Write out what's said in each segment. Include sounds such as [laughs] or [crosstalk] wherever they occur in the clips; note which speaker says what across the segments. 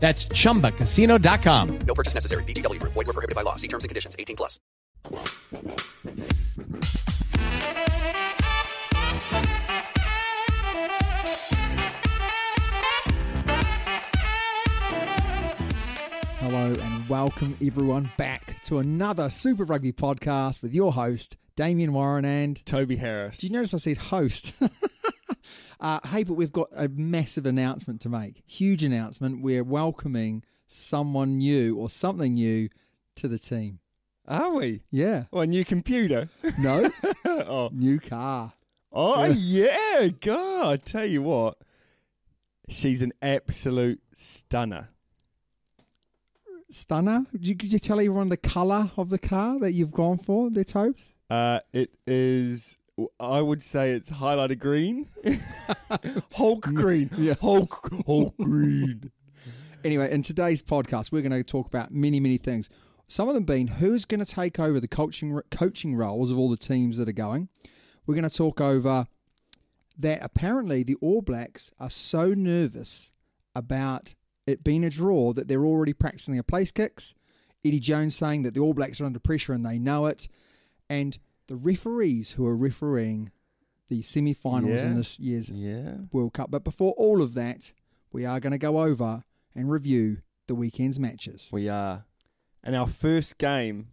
Speaker 1: That's chumbacasino.com.
Speaker 2: No purchase necessary. BGW. Void were prohibited by law. See terms and conditions. 18 plus.
Speaker 3: Hello and welcome everyone back to another Super Rugby podcast with your host Damien Warren and
Speaker 4: Toby Harris.
Speaker 3: Did you notice I said host? [laughs] uh, hey, but we've got a massive announcement to make. Huge announcement. We're welcoming someone new or something new to the team.
Speaker 4: Are we?
Speaker 3: Yeah.
Speaker 4: Or a
Speaker 3: [laughs]
Speaker 4: new computer?
Speaker 3: No.
Speaker 4: oh.
Speaker 3: New car.
Speaker 4: oh, yeah, God! I tell you what, she's an absolute stunner.
Speaker 3: Stunner. Did you, could you tell everyone the colour of the car that you've gone for, their topes?
Speaker 4: Uh, it is. I would say it's highlighter green, [laughs]
Speaker 3: [laughs]
Speaker 4: Hulk green, Hulk Hulk green.
Speaker 3: Anyway, in today's podcast, we're going to talk about many, many things. Some of them being who's going to take over the coaching coaching roles of all the teams that are going. We're going to talk over that apparently the All Blacks are so nervous about it being a draw that they're already practicing their place kicks. Eddie Jones saying that the All Blacks are under pressure and they know it, and the referees who are refereeing the semi-finals in
Speaker 4: Yeah.
Speaker 3: this year's
Speaker 4: Yeah.
Speaker 3: World Cup. But before all of that, we are going to go over and review the weekend's matches.
Speaker 4: We are. And our first game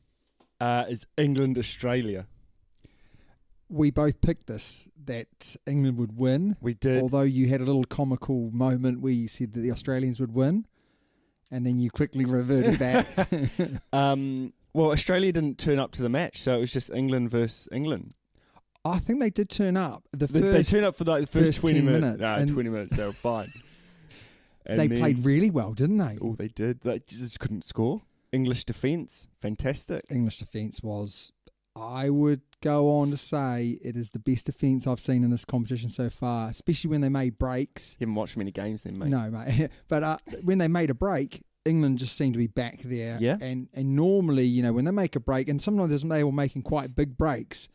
Speaker 4: uh, is England Australia.
Speaker 3: We both picked this that England would win.
Speaker 4: We did.
Speaker 3: Although you had a little comical moment where you said that the Australians would win, and then you
Speaker 4: [laughs]
Speaker 3: quickly reverted back.
Speaker 4: Um, well, Australia didn't turn up to the match, so it was just England versus England.
Speaker 3: I think they did turn up. The
Speaker 4: They,
Speaker 3: first,
Speaker 4: they turned up for like the first,
Speaker 3: first
Speaker 4: 20
Speaker 3: 10
Speaker 4: minutes.
Speaker 3: minutes,
Speaker 4: Nah,
Speaker 3: and-
Speaker 4: 20 minutes, they
Speaker 3: [laughs]
Speaker 4: were fine. And
Speaker 3: they
Speaker 4: then- [laughs]
Speaker 3: played really well, didn't they?
Speaker 4: Oh, they did. They just couldn't score. English defence, fantastic.
Speaker 3: English defence was, I would go on to say, it is the best defence I've seen in this competition so far, especially when they made breaks.
Speaker 4: You haven't watched many games then, mate.
Speaker 3: No, mate. [laughs] but uh, when they made a break, England just seemed to be back there.
Speaker 4: Yeah.
Speaker 3: And and normally, you know, when they make a break, and sometimes they were making quite big breaks,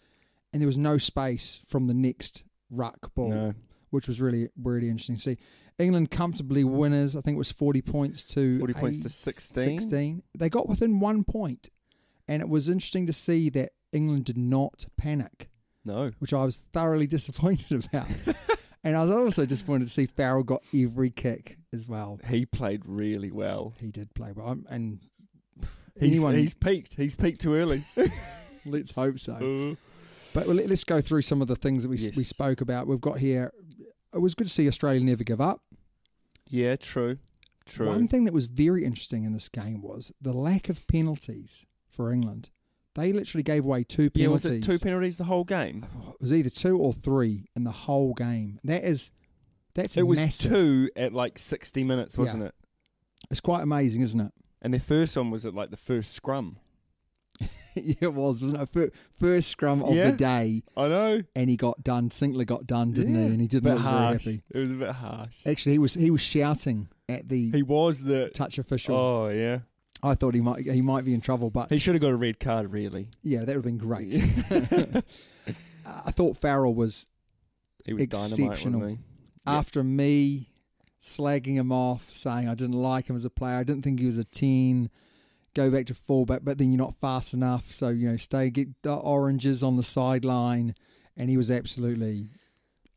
Speaker 3: and there was no space from the next ruck ball,
Speaker 4: No.
Speaker 3: which was really really interesting to see. England comfortably winners. I think it was forty points to
Speaker 4: 40 points to
Speaker 3: eight-
Speaker 4: 16.
Speaker 3: 16. They got within one point, and it was interesting to see that England did not panic
Speaker 4: No.
Speaker 3: which I was thoroughly [laughs] disappointed
Speaker 4: [laughs]
Speaker 3: about. and I was also disappointed to see Farrell got every kick as well.
Speaker 4: He played really well.
Speaker 3: He did play well, Um, and
Speaker 4: He's,
Speaker 3: anyone.
Speaker 4: he's peaked. He's peaked
Speaker 3: [laughs]
Speaker 4: too early.
Speaker 3: let's hope so.
Speaker 4: Uh,
Speaker 3: But let- let's go through some of the things that we
Speaker 4: Yes.
Speaker 3: we spoke about. We've got here. It was good to see Australia never give up.
Speaker 4: yeah, true. True.
Speaker 3: One thing that was very interesting in this game was the lack of penalties for England. They literally gave away two
Speaker 4: yeah,
Speaker 3: penalties. Oh,
Speaker 4: was it two penalties the whole game?
Speaker 3: It was either two or three in the whole game. That is, that's
Speaker 4: it was
Speaker 3: massive.
Speaker 4: two at like 60 minutes, wasn't
Speaker 3: Yeah.
Speaker 4: it?
Speaker 3: It's quite amazing, isn't it?
Speaker 4: And the first one was at like the first scrum.
Speaker 3: [laughs] yeah, it was, wasn't it? Fir- First scrum of
Speaker 4: Yeah.
Speaker 3: the day,
Speaker 4: I know.
Speaker 3: and he got done. Sinclair got done, didn't
Speaker 4: Yeah.
Speaker 3: he? And he didn't
Speaker 4: Bit
Speaker 3: look very
Speaker 4: harsh.
Speaker 3: happy.
Speaker 4: It was a bit harsh.
Speaker 3: Actually, he was he was shouting at the
Speaker 4: He was the
Speaker 3: touch official.
Speaker 4: Oh yeah.
Speaker 3: I thought he might he might be in trouble, but
Speaker 4: He should have got a red card, really.
Speaker 3: yeah, that would have been great. [laughs] I thought Farrell was
Speaker 4: He was
Speaker 3: Exceptional.
Speaker 4: dynamite, wasn't
Speaker 3: after me slagging him off, saying I didn't like him as a player. I didn't think he was a ten. Go back to fullback, but then you're not fast enough. So you know, stay get the oranges on the sideline, and he was absolutely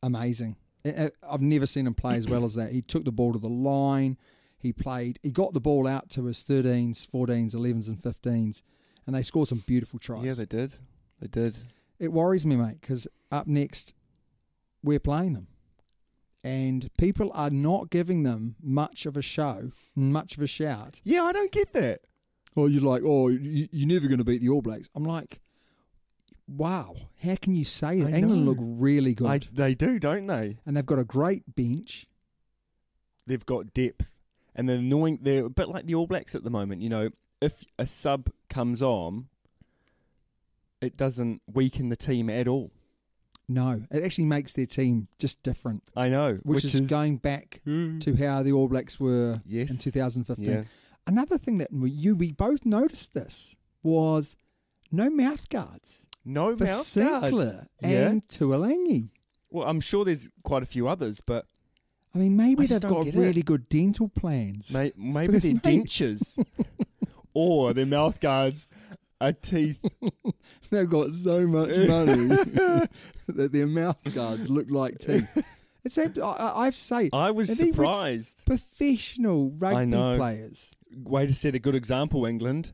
Speaker 3: amazing. I- I- I've never seen him play as well as that. He took the ball to the line. He played. He got the ball out to his 13s, 14s, 11s, and 15s, and they scored some beautiful
Speaker 4: he?
Speaker 3: tries.
Speaker 4: Yeah, they did. They did.
Speaker 3: It worries me, mate, because up next we're playing them, and people are not giving them much of a show, much of a shout.
Speaker 4: Yeah, I don't get that.
Speaker 3: Oh, you're like, oh, you- you're never going to beat the All Blacks. I'm like, wow, how can you say that?
Speaker 4: I
Speaker 3: England
Speaker 4: know.
Speaker 3: look really good,
Speaker 4: I, they do, don't they?
Speaker 3: and they've got a great bench.
Speaker 4: They've got depth, and they're annoying. They're a bit like the All Blacks at the moment. You know, if a sub comes on, it doesn't weaken the team at all.
Speaker 3: No, it actually makes their team just different,
Speaker 4: I know,
Speaker 3: which, is,
Speaker 4: [gasps]
Speaker 3: going back
Speaker 4: Mm.
Speaker 3: to how the All Blacks were
Speaker 4: Yes.
Speaker 3: in 2015.
Speaker 4: Yeah.
Speaker 3: Another thing that we, you we both noticed this was no mouth guards
Speaker 4: no
Speaker 3: for
Speaker 4: mouth guards.
Speaker 3: Sinclair and Tuolangi.
Speaker 4: Well, I'm sure there's quite a few others, but
Speaker 3: I mean, maybe
Speaker 4: I just
Speaker 3: they've
Speaker 4: don't
Speaker 3: got
Speaker 4: get it.
Speaker 3: really good dental plans.
Speaker 4: may, maybe
Speaker 3: Because
Speaker 4: they're
Speaker 3: maybe-
Speaker 4: dentures or their mouth guards are teeth.
Speaker 3: [laughs] They've got so
Speaker 4: [laughs]
Speaker 3: much money [laughs] that their mouth guards look like teeth. It's ab- I, I- I've say
Speaker 4: I was
Speaker 3: and they were
Speaker 4: surprised.
Speaker 3: Professional rugby
Speaker 4: know.
Speaker 3: players.
Speaker 4: Way to set a good example, England.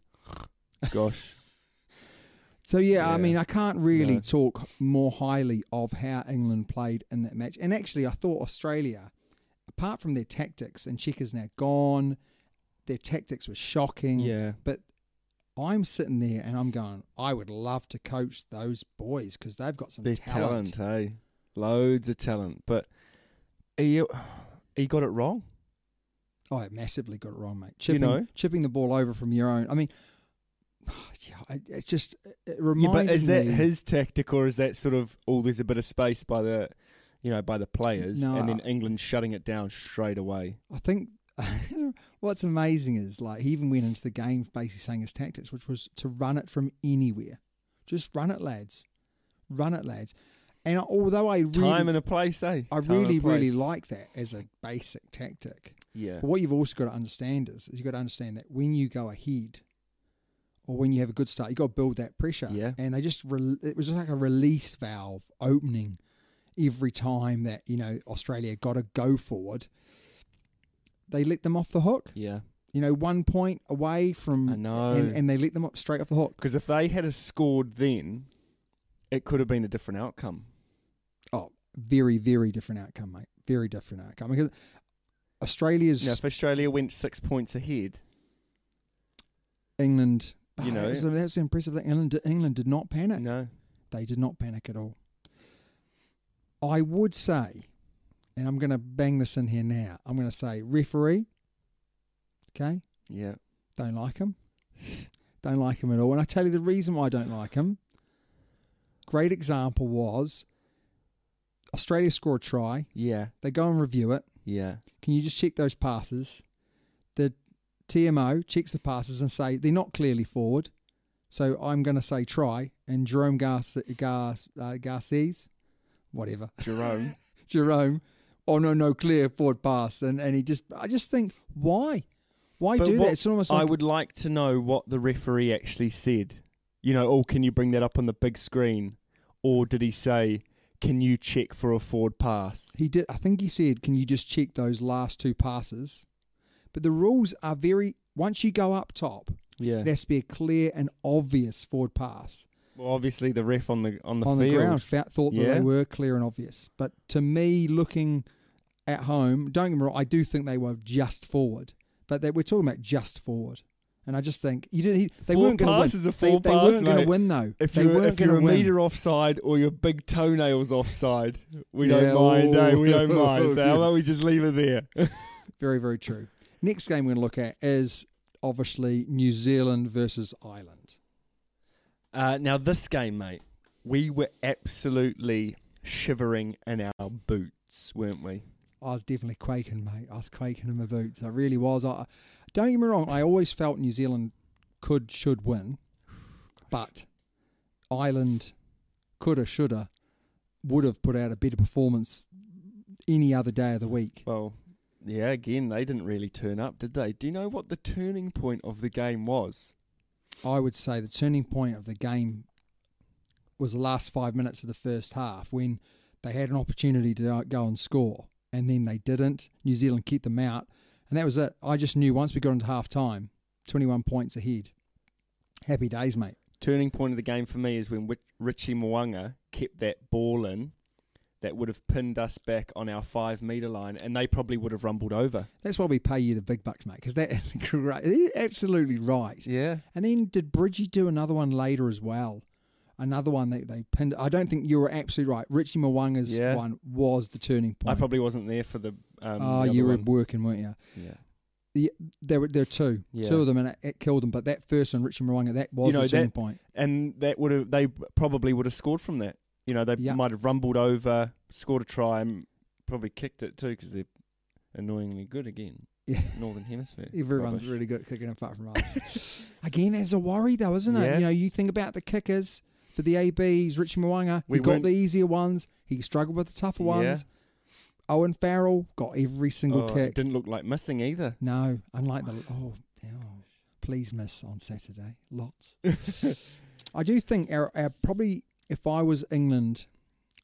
Speaker 4: Gosh.
Speaker 3: So yeah, I
Speaker 4: Yeah.
Speaker 3: mean, I can't really
Speaker 4: No.
Speaker 3: talk more highly of how England played in that match. And actually, I thought Australia, apart from their tactics, and Checker's now gone, their tactics were shocking.
Speaker 4: [laughs] Yeah.
Speaker 3: But I'm sitting there and I'm going, I would love to coach those boys because they've got some
Speaker 4: Big
Speaker 3: talent.
Speaker 4: talent. hey. Loads of talent. But he, he got it wrong.
Speaker 3: Oh, I massively got it wrong, mate.
Speaker 4: You
Speaker 3: Chipping,
Speaker 4: know?
Speaker 3: chipping the ball over from your own. I mean, [sighs] yeah, I- it's just it
Speaker 4: Yeah,
Speaker 3: reminded
Speaker 4: but is that
Speaker 3: me.
Speaker 4: his tactic or is that sort of oh there's a bit of space by the you know, by the players
Speaker 3: No,
Speaker 4: and then
Speaker 3: I-
Speaker 4: England shutting it down straight away.
Speaker 3: I think [laughs] what's amazing is like he even went into the game basically saying his tactics, which was to run it from anywhere. Just run it, lads. Run it, lads. And although I really,
Speaker 4: Time and a place, eh?
Speaker 3: I
Speaker 4: Time and
Speaker 3: really,
Speaker 4: a
Speaker 3: really
Speaker 4: place.
Speaker 3: like that as a basic tactic.
Speaker 4: Yeah.
Speaker 3: But what you've also got to understand is, is you've got to understand that when you go ahead or when you have a good start, you've got to build that pressure.
Speaker 4: Yeah.
Speaker 3: And they just, re- it was just like a release valve opening every time that, you know, Australia got to go forward. They let them off the hook,
Speaker 4: Yeah.
Speaker 3: you know, one point away from,
Speaker 4: I know.
Speaker 3: And, and they let them up straight off the hook.
Speaker 4: Because if they had a scored then, it could have been a different outcome.
Speaker 3: Oh, very, very different outcome, mate. Very different outcome. Because Australia's
Speaker 4: Now, if Australia went six points ahead,
Speaker 3: England,
Speaker 4: You know.
Speaker 3: that was, that was impressive that England, England did not panic.
Speaker 4: no,
Speaker 3: they did not panic at all. I would say, and I'm going to bang this in here now, I'm going to say referee, okay,
Speaker 4: yeah,
Speaker 3: don't like him. Don't like him at all. And I tell you the reason why I don't like him. Great example was Australia score a try.
Speaker 4: yeah,
Speaker 3: They go and review it.
Speaker 4: yeah,
Speaker 3: Can you just check those passes? The TMO checks the passes and say they're not clearly forward. So I'm going to say try. And Jerome Garces, Gar, uh, Garces whatever, [laughs]
Speaker 4: Jerome,
Speaker 3: Jerome, oh no, no, clear forward pass. And, and he just, I just think, why? Why
Speaker 4: But
Speaker 3: do
Speaker 4: what-
Speaker 3: that? It's almost
Speaker 4: I
Speaker 3: like,
Speaker 4: would like to know what the referee actually said. You know, oh, can you bring that up on the big screen, or did he say, can you check for a forward pass?
Speaker 3: he did, I think he said, can you just check those last two passes? But the rules are very, once you go up top,
Speaker 4: Yeah,
Speaker 3: it has to be a clear and obvious forward pass.
Speaker 4: well, obviously the ref on the on the
Speaker 3: on
Speaker 4: field.
Speaker 3: the ground fa- thought that
Speaker 4: Yeah.
Speaker 3: they were clear and obvious. But to me, looking at home, don't get me wrong, I do think they were just forward. But they, we're talking about just forward, and I just think you didn't. He, they
Speaker 4: Forward
Speaker 3: weren't going to win.
Speaker 4: pass is
Speaker 3: they,
Speaker 4: a forward
Speaker 3: they
Speaker 4: pass,
Speaker 3: weren't going
Speaker 4: mate.
Speaker 3: to win though.
Speaker 4: If
Speaker 3: they
Speaker 4: you're,
Speaker 3: weren't
Speaker 4: if you're
Speaker 3: gonna
Speaker 4: a
Speaker 3: win.
Speaker 4: meter offside or your big toenails offside, we
Speaker 3: Yeah,
Speaker 4: don't mind, eh? We don't
Speaker 3: oh,
Speaker 4: mind. So
Speaker 3: [laughs]
Speaker 4: how
Speaker 3: yeah.
Speaker 4: about we just leave it there?
Speaker 3: very very true. Next game we're going to look at is obviously New Zealand versus Ireland.
Speaker 4: Uh, now this game, mate, we were absolutely shivering in our boots, weren't we?
Speaker 3: I was definitely quaking, mate. I was quaking in my boots. I really was. I I Don't get me wrong, I always felt New Zealand could, should win, but Ireland coulda, shoulda, would have put out a better performance any other day of the week.
Speaker 4: Well, yeah, again, they didn't really turn up, did they? Do you know what the turning point of the game was?
Speaker 3: I would say the turning point of the game was the last five minutes of the first half when they had an opportunity to go and score, and then they didn't. New Zealand kept them out, and that was it. I just knew once we got into half time, 21 points ahead. Happy days, mate.
Speaker 4: Turning point of the game for me is when Wi- Richie Mwanga kept that ball in that would have pinned us back on our five metre line, and they probably would have rumbled over.
Speaker 3: That's why we pay you the big bucks, mate, because that is [laughs] great. You're absolutely right.
Speaker 4: Yeah.
Speaker 3: And then did Bridgie do another one later as well? Another one that they pinned. I don't think you were absolutely right. Richie Mwanga's
Speaker 4: Yeah.
Speaker 3: one was the turning point.
Speaker 4: I probably wasn't there for the.
Speaker 3: oh,
Speaker 4: Um, the other
Speaker 3: you were
Speaker 4: one.
Speaker 3: working, weren't you?
Speaker 4: Yeah.
Speaker 3: Yeah, there were there were two,
Speaker 4: Yeah.
Speaker 3: two of them, and it, it killed them. But that first one, Richie Mwanga, that was
Speaker 4: You know,
Speaker 3: the turning
Speaker 4: that-
Speaker 3: point. [laughs]
Speaker 4: and that would have they probably would have scored from that. You know, they
Speaker 3: Yeah.
Speaker 4: might have rumbled over, scored a try, and probably kicked it too because they're annoyingly good again.
Speaker 3: Yeah.
Speaker 4: Northern Hemisphere.
Speaker 3: [laughs] Everyone's
Speaker 4: Rubbish.
Speaker 3: really good at kicking apart from
Speaker 4: [laughs]
Speaker 3: us. Again, that's a worry though, isn't it?
Speaker 4: Yeah.
Speaker 3: You know, you think about the kickers for the ABs, Richie Mwanga,
Speaker 4: We
Speaker 3: he got
Speaker 4: weren't-
Speaker 3: the easier ones. He struggled with the tougher
Speaker 4: Yeah.
Speaker 3: ones. Owen Farrell got every single
Speaker 4: Oh, it
Speaker 3: kick.
Speaker 4: didn't look like missing either.
Speaker 3: No, unlike the oh, oh, please miss on Saturday,
Speaker 4: [laughs]
Speaker 3: lots. I do think our, our probably if I was England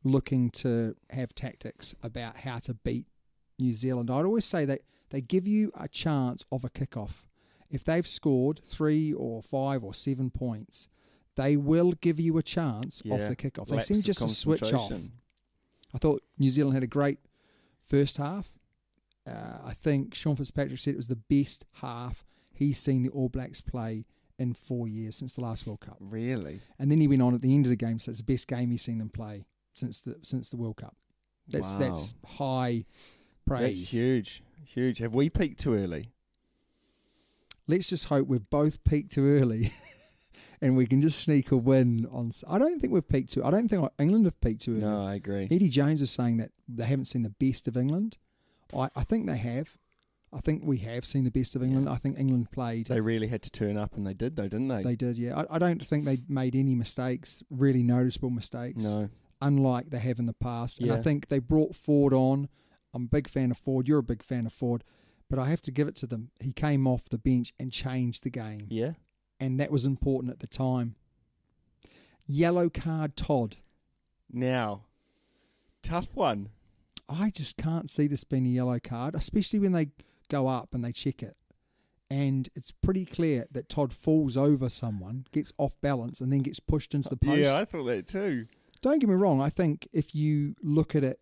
Speaker 3: looking to have tactics about how to beat New Zealand, I'd always say that they give you a chance of a kickoff. If they've scored three or five or seven points, they will give you a chance of
Speaker 4: Yeah.
Speaker 3: the kickoff. They
Speaker 4: Lapse
Speaker 3: seem
Speaker 4: of
Speaker 3: just to switch off.
Speaker 4: concentration.
Speaker 3: I thought New Zealand had a great first half. Uh, I think Sean Fitzpatrick said it was the best half he's seen the All Blacks play in four years since the last World Cup.
Speaker 4: Really?
Speaker 3: And then he went on at the end of the game, so it's the best game he's seen them play since the since the World Cup. That's
Speaker 4: Wow.
Speaker 3: that's high praise.
Speaker 4: That's huge. Huge. Have we peaked too early?
Speaker 3: Let's just hope we've both peaked too early. [laughs] And we can just sneak a win on. s- I don't think we've peaked too. I don't think England have peaked too early.
Speaker 4: No, I agree.
Speaker 3: Eddie Jones is saying that they haven't seen the best of England. I, I think they have. I think we have seen the best of England. I think England played.
Speaker 4: They really had to turn up, and they did, though, didn't they?
Speaker 3: They did, yeah. I, I don't think they made any mistakes, really noticeable mistakes,
Speaker 4: no.
Speaker 3: unlike they have in the past. And I
Speaker 4: Yeah.
Speaker 3: think they brought Ford on. I'm a big fan of Ford. You're a big fan of Ford. But I have to give it to them. He came off the bench and changed the game.
Speaker 4: Yeah.
Speaker 3: And that was important at the time. Yellow card Todd.
Speaker 4: Now, tough one.
Speaker 3: I just can't see this being a yellow card, especially when they go up and they check it. And it's pretty clear that Todd falls over someone, gets off balance, and then gets pushed into the post.
Speaker 4: Yeah, I thought that too.
Speaker 3: Don't get me wrong. I think if you look at it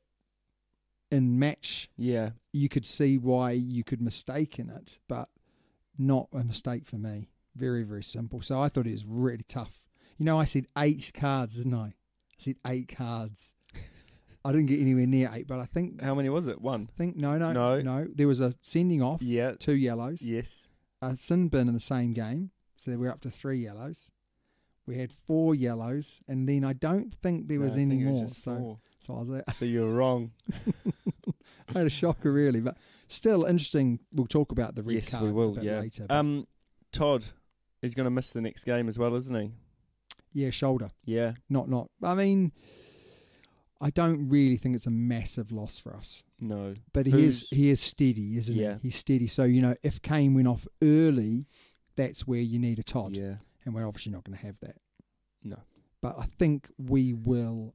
Speaker 3: in match,
Speaker 4: Yeah.
Speaker 3: you could see why you could mistake in it, but not a mistake for me. Very, very simple. So I thought it was really tough. You know, I said eight cards, didn't I? I said eight cards. I didn't get anywhere near eight, but I think
Speaker 4: How many was it? One.
Speaker 3: think no, no, no,
Speaker 4: No.
Speaker 3: There was a sending off,
Speaker 4: Yeah.
Speaker 3: two yellows,
Speaker 4: Yes.
Speaker 3: a sin bin in the same game, so we're up to three yellows. We had four yellows, and then I don't think there
Speaker 4: No,
Speaker 3: was
Speaker 4: I
Speaker 3: any
Speaker 4: think it was
Speaker 3: more.
Speaker 4: just
Speaker 3: so,
Speaker 4: four.
Speaker 3: so I was like, [laughs]
Speaker 4: So you were wrong.
Speaker 3: I had a shocker really, but still interesting. We'll talk about the red
Speaker 4: yes,
Speaker 3: card
Speaker 4: we will.
Speaker 3: a bit
Speaker 4: yeah.
Speaker 3: later. but-
Speaker 4: um, Todd is going to miss the next game as well, isn't
Speaker 3: yeah, shoulder,
Speaker 4: he? Yeah.
Speaker 3: not not. I mean, I don't really think it's a massive loss for us.
Speaker 4: No.
Speaker 3: But he
Speaker 4: Who's-
Speaker 3: is he is steady, isn't
Speaker 4: Yeah.
Speaker 3: he? He's steady. So you know, if Kane went off early, that's where you need a Todd,
Speaker 4: Yeah.
Speaker 3: and we're obviously not going to have that.
Speaker 4: No.
Speaker 3: but I think we will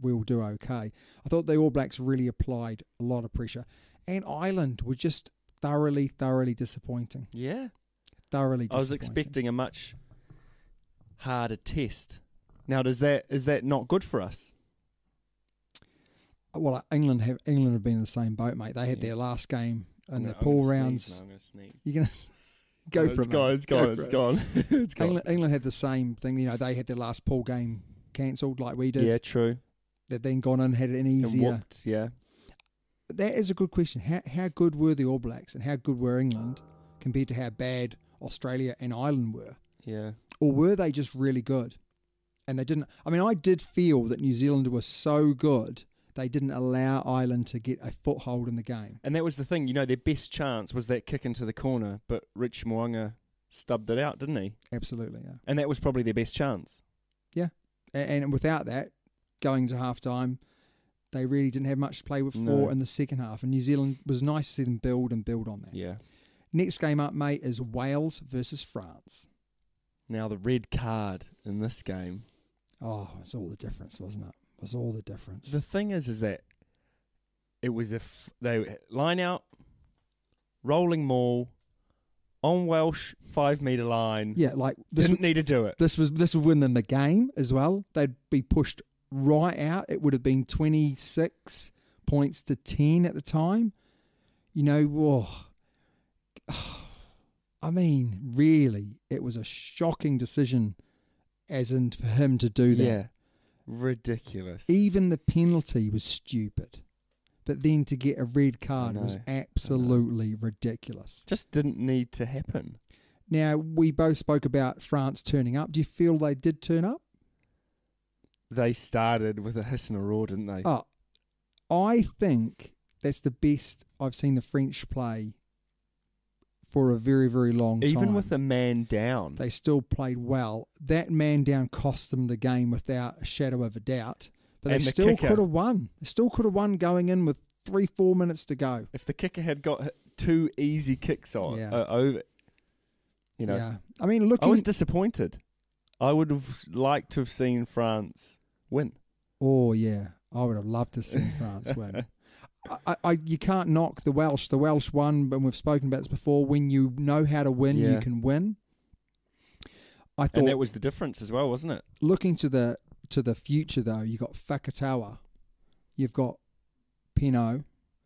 Speaker 3: will do okay. I thought the All Blacks really applied a lot of pressure, and Ireland were just thoroughly, thoroughly disappointing.
Speaker 4: Yeah.
Speaker 3: Thoroughly.
Speaker 4: I was
Speaker 3: disappointing.
Speaker 4: expecting a much harder test. Now, does that is that not good for us?
Speaker 3: Uh, Well, England have England have been in the same boat, mate. They had
Speaker 4: Yeah.
Speaker 3: their last game in
Speaker 4: I'm
Speaker 3: the
Speaker 4: gonna- I'm
Speaker 3: pool
Speaker 4: gonna sneeze
Speaker 3: rounds.
Speaker 4: now, I'm gonna sneeze.
Speaker 3: You're gonna go
Speaker 4: No,
Speaker 3: for
Speaker 4: it's
Speaker 3: it.
Speaker 4: gone,
Speaker 3: mate.
Speaker 4: It's
Speaker 3: Go
Speaker 4: gone.
Speaker 3: for
Speaker 4: It's
Speaker 3: it.
Speaker 4: gone. [laughs] It's gone.
Speaker 3: England, England had the same thing. You know, they had their last pool game cancelled, like we did.
Speaker 4: Yeah, true.
Speaker 3: They've then gone and had an
Speaker 4: And
Speaker 3: easier.
Speaker 4: whooped. Yeah.
Speaker 3: That is a good question. How, how good were the All Blacks and how good were England compared to how bad Australia and Ireland were?
Speaker 4: Yeah.
Speaker 3: Or were they just really good? And they didn't. I mean, I did feel that New Zealand was so good they didn't allow Ireland to get a foothold in the game.
Speaker 4: And that was the thing, you know, their best chance was that kick into the corner, but Rich Mwanga stubbed it out, didn't he?
Speaker 3: Absolutely, yeah.
Speaker 4: And that was probably their best chance.
Speaker 3: A- And, without that, going to half time, they really didn't have much to play with for
Speaker 4: No.
Speaker 3: in the second half. And New Zealand was nice to see them build and build on that.
Speaker 4: Yeah.
Speaker 3: Next game up, mate, is Wales versus France.
Speaker 4: Now the red card in this game.
Speaker 3: Oh, it's all the difference, wasn't it? It was all the difference.
Speaker 4: The thing is, is that it was if they line out, rolling maul, on Welsh five meter line.
Speaker 3: Yeah, like this,
Speaker 4: didn't need to do it.
Speaker 3: this was this would win them the game as well. They'd be pushed right out. It would have been twenty six points to ten at the time. You know, whoa. [sighs] I mean, really, it was a shocking decision, as in for him to do that. E
Speaker 4: yeah, ridiculous.
Speaker 3: Even the penalty was stupid, but then to get a red card was
Speaker 4: know, I know.
Speaker 3: absolutely ridiculous.
Speaker 4: Just didn't need to happen.
Speaker 3: Now we both spoke about France turning up. Do you feel they did turn up?
Speaker 4: They started with a hiss and a roar, didn't they?
Speaker 3: Oh, I think that's the best I've seen the French play for a very, very long time.
Speaker 4: Even with a man down,
Speaker 3: they still played well. That man down cost them the game without a shadow of a doubt. But
Speaker 4: And
Speaker 3: they
Speaker 4: the
Speaker 3: still
Speaker 4: kicker.
Speaker 3: could have won. They still could have won going in with three, four minutes to go.
Speaker 4: if the kicker had got hit two easy kicks on
Speaker 3: Yeah.
Speaker 4: uh, over, you know,
Speaker 3: yeah. I mean, looking.
Speaker 4: I was disappointed. I would have liked to have seen France win.
Speaker 3: Oh yeah, I would have loved to see France
Speaker 4: [laughs]
Speaker 3: win. I, I, I, you can't knock the Welsh. The Welsh won, and we've spoken about this before. When you know how to win, you
Speaker 4: Yeah.
Speaker 3: can win. I
Speaker 4: And
Speaker 3: thought
Speaker 4: that was the difference as well, wasn't it?
Speaker 3: looking to the to the future though, you got Fakatawa, you've got Pino,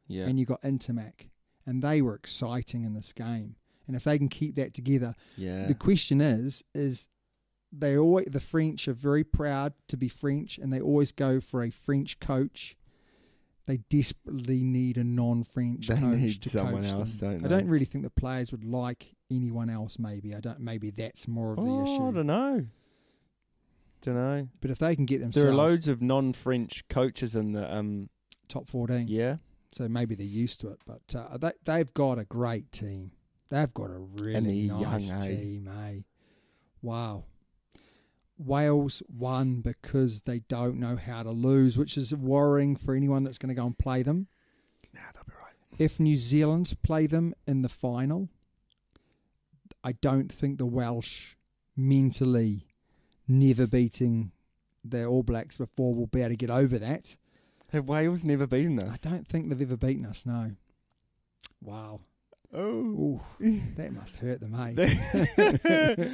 Speaker 4: Yeah.
Speaker 3: and you got Intermac, and they were exciting in this game. And if they can keep that together,
Speaker 4: yeah.
Speaker 3: the question is is they always the french are very proud to be french and they always go for a french coach they desperately need a non-french
Speaker 4: They
Speaker 3: coach
Speaker 4: need
Speaker 3: to
Speaker 4: someone
Speaker 3: coach
Speaker 4: else,
Speaker 3: them.
Speaker 4: don't
Speaker 3: i don't
Speaker 4: they?
Speaker 3: really think the players would like anyone else maybe i don't maybe that's more of the
Speaker 4: oh, I
Speaker 3: issue
Speaker 4: don't know. Don't know.
Speaker 3: but if they can get themselves
Speaker 4: There are loads of non-French coaches in the um.
Speaker 3: top 14
Speaker 4: Yeah,
Speaker 3: so maybe they're used to it but uh, they, they've got a great team they've got a really
Speaker 4: they're young,
Speaker 3: nice
Speaker 4: eh?
Speaker 3: team eh? wow Wales won because they don't know how to lose, which is worrying for anyone that's going to go and play them. If New Zealand play them in the final, I don't think the Welsh mentally never beating their All Blacks before will be able to get over that.
Speaker 4: have Wales never beaten
Speaker 3: I
Speaker 4: us?
Speaker 3: don't think they've ever beaten us, no. Wow.
Speaker 4: Oh,
Speaker 3: Ooh, [laughs] that must hurt them, eh? hey?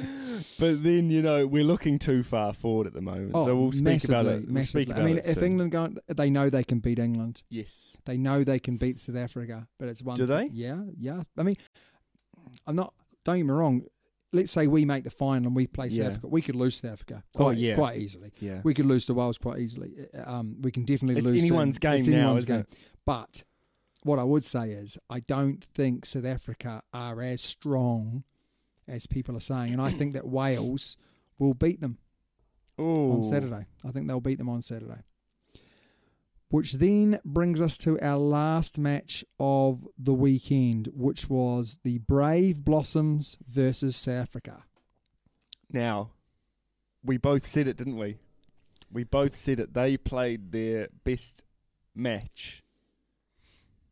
Speaker 4: [laughs] but then you know we're looking too far forward at the moment, so we'll speak about it. We'll speak about
Speaker 3: Oh, I mean,
Speaker 4: it
Speaker 3: if
Speaker 4: soon.
Speaker 3: England go, they know they can beat England.
Speaker 4: yes,
Speaker 3: They know they can beat South Africa, but it's one.
Speaker 4: Do they?
Speaker 3: Yeah, yeah. I mean, I'm not. Don't get me wrong. Let's say we make the final and we play
Speaker 4: Yeah.
Speaker 3: South Africa. We could lose South Africa
Speaker 4: Oh,
Speaker 3: quite,
Speaker 4: yeah.
Speaker 3: quite easily.
Speaker 4: Yeah.
Speaker 3: We could lose to Wales quite easily. Uh, Um, we can definitely
Speaker 4: It's
Speaker 3: lose. to-
Speaker 4: anyone's game
Speaker 3: it's
Speaker 4: now,
Speaker 3: anyone's
Speaker 4: isn't
Speaker 3: game.
Speaker 4: it?
Speaker 3: But what I would say is, I don't think South Africa are as strong as people are saying, and I think that Wales will beat them
Speaker 4: Ooh.
Speaker 3: on Saturday. I think they'll beat them on Saturday. Which then brings us to our last match of the weekend, which was the Brave Blossoms versus South Africa.
Speaker 4: Now, we both said it, didn't we? We both said it. They played their best match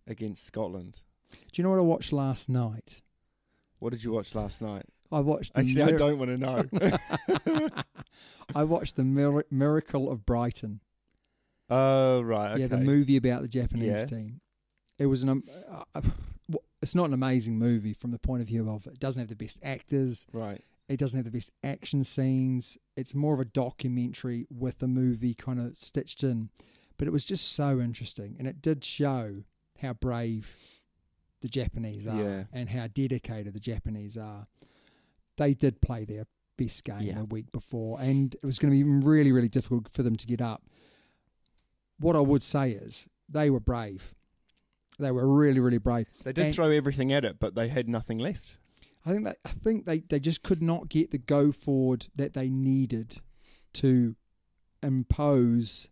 Speaker 4: against Scotland.
Speaker 3: Do you know what I watched last night?
Speaker 4: What did you watch last night?
Speaker 3: I watched the
Speaker 4: Actually, I
Speaker 3: Mir-
Speaker 4: don't want to
Speaker 3: [laughs]
Speaker 4: know. [laughs]
Speaker 3: I watched the Mir- Miracle of Brighton.
Speaker 4: Oh, right. Okay.
Speaker 3: Yeah, the movie about the Japanese
Speaker 4: Yeah.
Speaker 3: team. It was an. Um, uh, uh, w- it's not an amazing movie from the point of view of it doesn't have the best actors.
Speaker 4: Right.
Speaker 3: It doesn't have the best action scenes. It's more of a documentary with a movie kind of stitched in. But it was just so interesting. And it did show how brave the Japanese are
Speaker 4: Yeah.
Speaker 3: and how dedicated the Japanese are. They did play their best game
Speaker 4: Yeah.
Speaker 3: the week before. And it was going to be really, really difficult for them to get up. What I would say is they were brave. They were really, really brave.
Speaker 4: They did
Speaker 3: And-
Speaker 4: throw everything at it, but they had nothing left.
Speaker 3: I think they, I think they, they just could not get the go forward that they needed to impose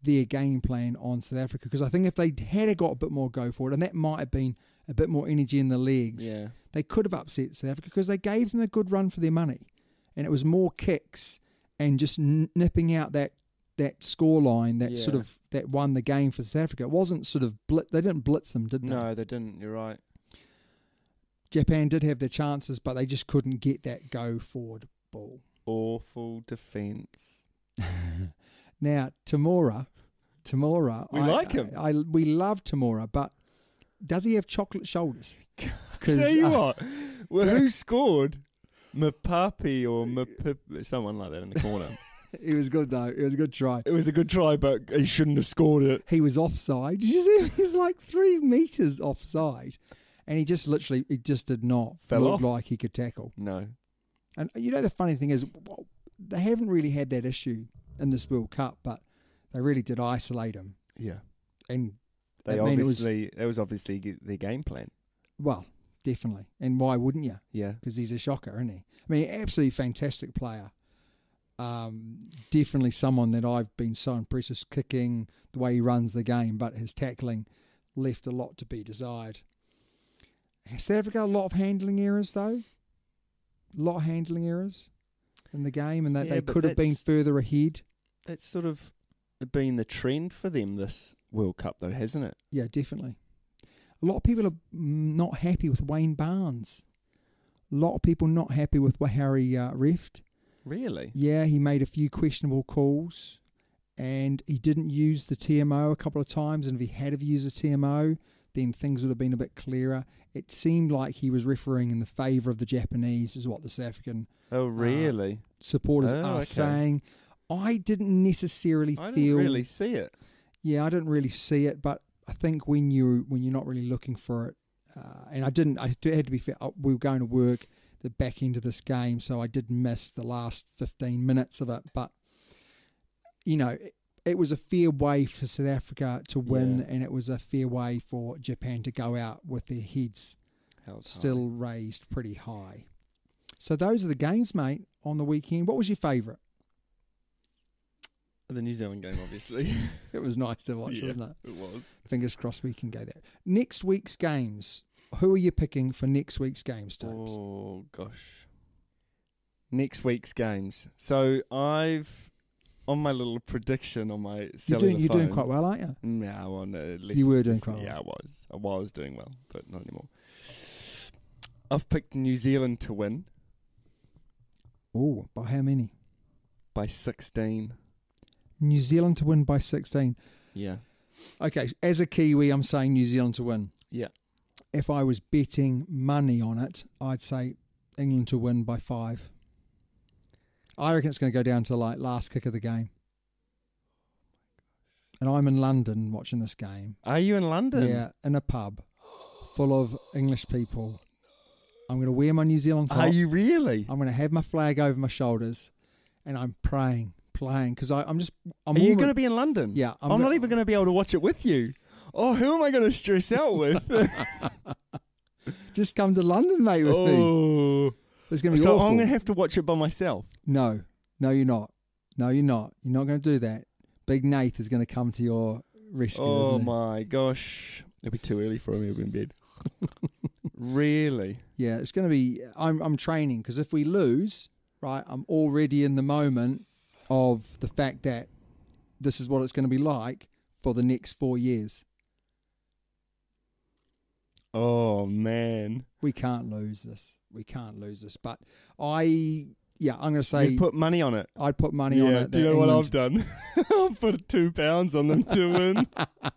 Speaker 3: their game plan on South Africa because I think if they had got a bit more go for it, and that might have been a bit more energy in the legs,
Speaker 4: Yeah.
Speaker 3: they could have upset South Africa because they gave them a good run for their money, and it was more kicks and just n- nipping out that that score line that sort
Speaker 4: Yeah.
Speaker 3: of that won the game for South Africa. It wasn't sort of blit. They didn't blitz them, did they?
Speaker 4: No, they didn't. You're right.
Speaker 3: Japan did have their chances, but they just couldn't get that go forward ball.
Speaker 4: Awful defense.
Speaker 3: Now, Tamora, Tamora,
Speaker 4: We like him.
Speaker 3: I, we love Tamora, but does he have chocolate shoulders? uh, Because
Speaker 4: [laughs] Tell you what, well, who scored? Mapapi or Mapip, someone like that in the corner.
Speaker 3: [laughs] [laughs] it was good though. It was a good try.
Speaker 4: it was a good try, but he shouldn't have scored it.
Speaker 3: He was offside. Did you see? [laughs] him? He was like three meters offside, and he just literally, he just did not
Speaker 4: Fell
Speaker 3: look
Speaker 4: off.
Speaker 3: like he could tackle.
Speaker 4: No,
Speaker 3: And you know the funny thing is, well, they haven't really had that issue in this World Cup, but they really did isolate him.
Speaker 4: Yeah.
Speaker 3: And
Speaker 4: they
Speaker 3: I mean, it was-
Speaker 4: obviously that was obviously g- their game plan.
Speaker 3: well, definitely. And why wouldn't you?
Speaker 4: Yeah,
Speaker 3: because he's a shocker, isn't he? I mean, absolutely fantastic player. Um, definitely someone that I've been so impressed with kicking, the way he runs the game, but his tackling left a lot to be desired. South Africa a lot of handling errors though, a lot of handling errors in the game, and that
Speaker 4: Yeah,
Speaker 3: they
Speaker 4: but
Speaker 3: could have been
Speaker 4: that's-
Speaker 3: further ahead.
Speaker 4: that's sort of been the trend for them this World Cup, though, hasn't it?
Speaker 3: Yeah, definitely. A lot of people are mm, not happy with Wayne Barnes. A lot of people not happy with how he uh, refed.
Speaker 4: Really?
Speaker 3: Yeah, he made a few questionable calls and he didn't use the TMO a couple of times. And if he had have used the TMO, then things would have been a bit clearer. It seemed like he was refereeing in the favour of the Japanese, is what the South African
Speaker 4: Oh, really?
Speaker 3: supporters
Speaker 4: Oh,
Speaker 3: are
Speaker 4: okay.
Speaker 3: saying. I didn't necessarily
Speaker 4: I
Speaker 3: feel
Speaker 4: didn't really see it.
Speaker 3: yeah, I didn't really see it, but I think when you when you're not really looking for it, uh, and I didn't. I do- had to be fair. I- We were going to work the back end of this game, so I did miss the last 15 minutes of it. But you know, it, it was a fair way for South Africa to win,
Speaker 4: Yeah.
Speaker 3: and it was a fair way for Japan to go out with their heads
Speaker 4: Held high.
Speaker 3: still raised pretty high. So those are the games, mate, on the weekend. What was your favourite?
Speaker 4: the New Zealand game, obviously.
Speaker 3: It was nice to
Speaker 4: [laughs]
Speaker 3: watch,
Speaker 4: Yeah,
Speaker 3: wasn't it?
Speaker 4: it was.
Speaker 3: Fingers crossed we can go there. Next week's games. Who are you picking for next week's games, Tobes?
Speaker 4: Oh gosh. Next week's games. So I've on my little prediction on my
Speaker 3: you're
Speaker 4: cellular
Speaker 3: doing, you're doing
Speaker 4: phone-
Speaker 3: quite well, aren't you?
Speaker 4: No, well, no, less,
Speaker 3: You were doing
Speaker 4: less-
Speaker 3: quite
Speaker 4: Yeah,
Speaker 3: well.
Speaker 4: I was. I was doing well, but not anymore. I've picked New Zealand to win
Speaker 3: Oh, by how many?
Speaker 4: by 16.
Speaker 3: New Zealand to win by 16.
Speaker 4: Yeah.
Speaker 3: Okay, as a Kiwi, I'm saying New Zealand to win.
Speaker 4: Yeah.
Speaker 3: If I was betting money on it, I'd say England to win by five. I reckon it's going to go down to like last kick of the game. And I'm in London watching this game.
Speaker 4: Are you in London?
Speaker 3: Yeah, in a pub full of English people. I'm going to wear my New Zealand top.
Speaker 4: Are you really?
Speaker 3: I'm going to have my flag over my shoulders, and I'm praying, playing because I'm just. I'm
Speaker 4: Are you
Speaker 3: alre-
Speaker 4: going to be in London?
Speaker 3: Yeah, I'm
Speaker 4: I'm,
Speaker 3: go-
Speaker 4: not even going to be able to watch it with you. Oh, who am I going to
Speaker 3: [laughs]
Speaker 4: stress out with?
Speaker 3: just come to London, mate, with me?
Speaker 4: oh.
Speaker 3: It's going to be
Speaker 4: So
Speaker 3: awful.
Speaker 4: I'm going to have to watch it by myself.
Speaker 3: no, no, you're not. No, you're not. You're not going to do that. Big Nate is going to come to your rescue.
Speaker 4: Oh
Speaker 3: isn't he?
Speaker 4: my gosh. It'll be too early for him. He'll be
Speaker 3: [laughs]
Speaker 4: in bed. really?
Speaker 3: Yeah, it's going to be. I'm I'm training because if we lose, right, I'm already in the moment of the fact that this is what it's going to be like for the next four years.
Speaker 4: Oh, man.
Speaker 3: We can't lose this. We can't lose this. But I, yeah, I'm going to say
Speaker 4: You put money on it.
Speaker 3: I'd put money on it.
Speaker 4: Do you
Speaker 3: that
Speaker 4: know what I've
Speaker 3: England-
Speaker 4: done? [laughs] I've put two pounds on them to win.
Speaker 3: [laughs]
Speaker 4: [laughs]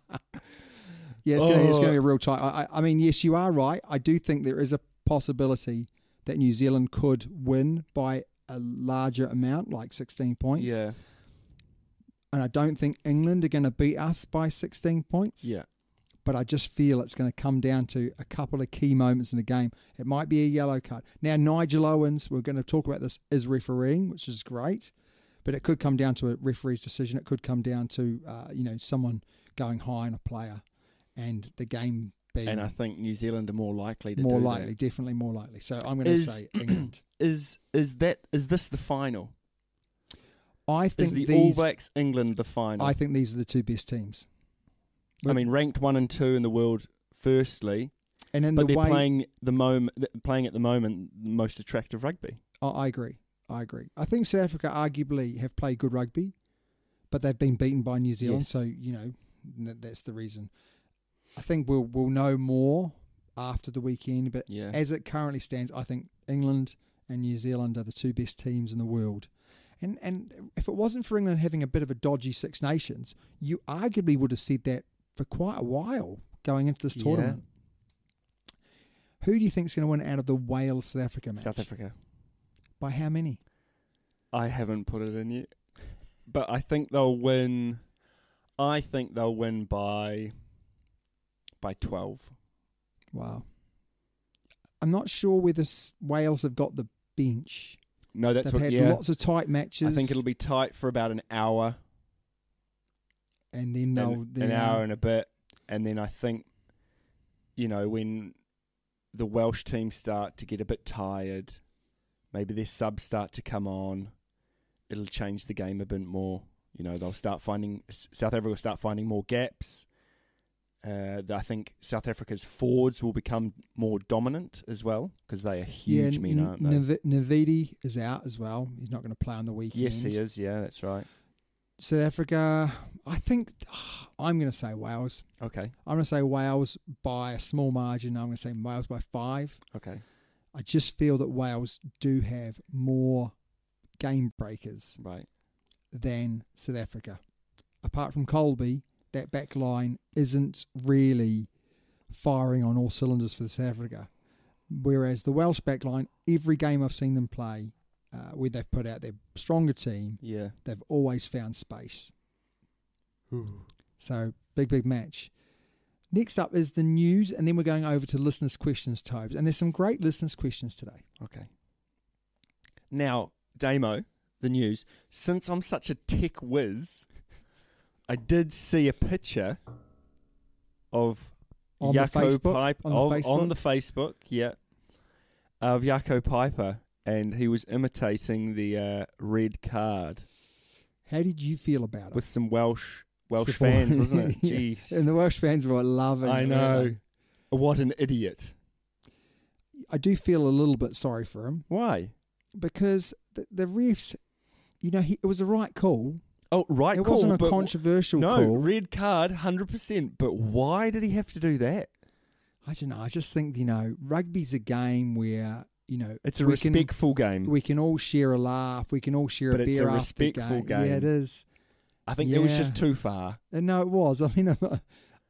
Speaker 3: Yeah, it's going to
Speaker 4: Oh.
Speaker 3: be a real tight. I, I I mean, yes, you are right. I do think there is a possibility that New Zealand could win by a larger amount, like 16 points. And I don't think England are going to beat us by 16 points. But I just feel it's going to come down to a couple of key moments in the game. It might be a yellow card. Now, Nigel Owens, we're going to talk about this, is refereeing, which is great. But it could come down to a referee's decision. It could come down to, uh, you know, someone going high on a player and the game being
Speaker 4: And I think New Zealand are more likely to
Speaker 3: more
Speaker 4: do
Speaker 3: likely, definitely more likely. So I'm going to
Speaker 4: [clears throat] Is-
Speaker 3: say England.
Speaker 4: that. Is is that is this the final?
Speaker 3: I
Speaker 4: Is
Speaker 3: think
Speaker 4: the
Speaker 3: these.
Speaker 4: All Blacks England the final?
Speaker 3: I think these are the two best teams.
Speaker 4: I mean, ranked one and two in the world. Firstly,
Speaker 3: And in
Speaker 4: but
Speaker 3: the
Speaker 4: they're
Speaker 3: way,
Speaker 4: playing the moment, playing at the moment, the most attractive rugby.
Speaker 3: I, I agree. I agree. I think South Africa arguably have played good rugby, but they've been beaten by New Zealand.
Speaker 4: Yes.
Speaker 3: So you know n- that's the reason. I think we'll we'll know more after the weekend. But
Speaker 4: Yeah.
Speaker 3: as it currently stands, I think England and New Zealand are the two best teams in the world. And and if it wasn't for England having a bit of a dodgy Six Nations, you arguably would have said that for quite a while going into this
Speaker 4: Yeah.
Speaker 3: tournament. Who do you think's going to win out of the Wales South Africa match?
Speaker 4: South Africa.
Speaker 3: By how many?
Speaker 4: I haven't put it in yet, but I think they'll win. I think they'll win by by twelve.
Speaker 3: Wow. I'm not sure whether S- Wales have got the bench.
Speaker 4: No, that's
Speaker 3: They've
Speaker 4: what.
Speaker 3: had
Speaker 4: Yeah,
Speaker 3: lots of tight matches.
Speaker 4: I think it'll be tight for about an hour,
Speaker 3: and then they'll um,
Speaker 4: an,
Speaker 3: they'll-
Speaker 4: an hour and a bit, and then I think, you know, when the Welsh team start to get a bit tired, maybe their subs start to come on. It'll change the game a bit more. You know, they'll start finding S- South Africa will start finding more gaps. Uh, th- I think South Africa's forwards will become more dominant as well because they are
Speaker 3: yeah,
Speaker 4: huge men,
Speaker 3: N-
Speaker 4: aren't they?
Speaker 3: Nav- Navidi is out as well. He's not going to play on the weekend.
Speaker 4: Yes, he is. Yeah, that's right.
Speaker 3: South Africa, I think [sighs] I'm going to say Wales.
Speaker 4: Okay,
Speaker 3: I'm going to say Wales by a small margin. I'm going to say Wales by five.
Speaker 4: okay.
Speaker 3: I just feel that Wales do have more game breakers.
Speaker 4: Right.
Speaker 3: than South Africa. Apart from Colby, that back line isn't really firing on all cylinders for South Africa. Whereas the Welsh back line, every game I've seen them play, uh, where they've put out their stronger team,
Speaker 4: Yeah.
Speaker 3: they've always found space. So big, big match. Next up is the news, and then we're going over to listeners' questions, Tobes. And there's some great listeners' questions today.
Speaker 4: Okay. Now, Damo, the news. Since I'm such a tech whiz, I did see a picture of
Speaker 3: On the
Speaker 4: Jaco
Speaker 3: Facebook?
Speaker 4: Piper
Speaker 3: On the
Speaker 4: of-
Speaker 3: Facebook?
Speaker 4: on the Facebook, yeah, of Jaco Piper, and he was imitating the uh, red card
Speaker 3: How did you feel about it?
Speaker 4: with some Welsh Welsh
Speaker 3: Support-
Speaker 4: fans, wasn't it?
Speaker 3: [laughs] Yeah.
Speaker 4: Jeez,
Speaker 3: And the Welsh fans were loving
Speaker 4: I
Speaker 3: it.
Speaker 4: know.
Speaker 3: weren't they?
Speaker 4: what an idiot!
Speaker 3: I do feel a little bit sorry for him
Speaker 4: Why?
Speaker 3: because the, the refs, you know, he, it was the right call.
Speaker 4: Oh, right,
Speaker 3: it
Speaker 4: call,
Speaker 3: wasn't
Speaker 4: but
Speaker 3: a
Speaker 4: w-
Speaker 3: controversial
Speaker 4: No,
Speaker 3: call.
Speaker 4: red card, hundred percent. But why did he have to do that?
Speaker 3: I don't know. I just think you know, rugby's a game where you know
Speaker 4: It's a
Speaker 3: we can-
Speaker 4: respectful game.
Speaker 3: we can all share a laugh. We can all share
Speaker 4: But
Speaker 3: a
Speaker 4: it's
Speaker 3: beer
Speaker 4: a
Speaker 3: after
Speaker 4: respectful
Speaker 3: the game. Yeah, it
Speaker 4: game.
Speaker 3: is.
Speaker 4: I think it was just
Speaker 3: Yeah.
Speaker 4: too far.
Speaker 3: And no, it was. [laughs] I mean,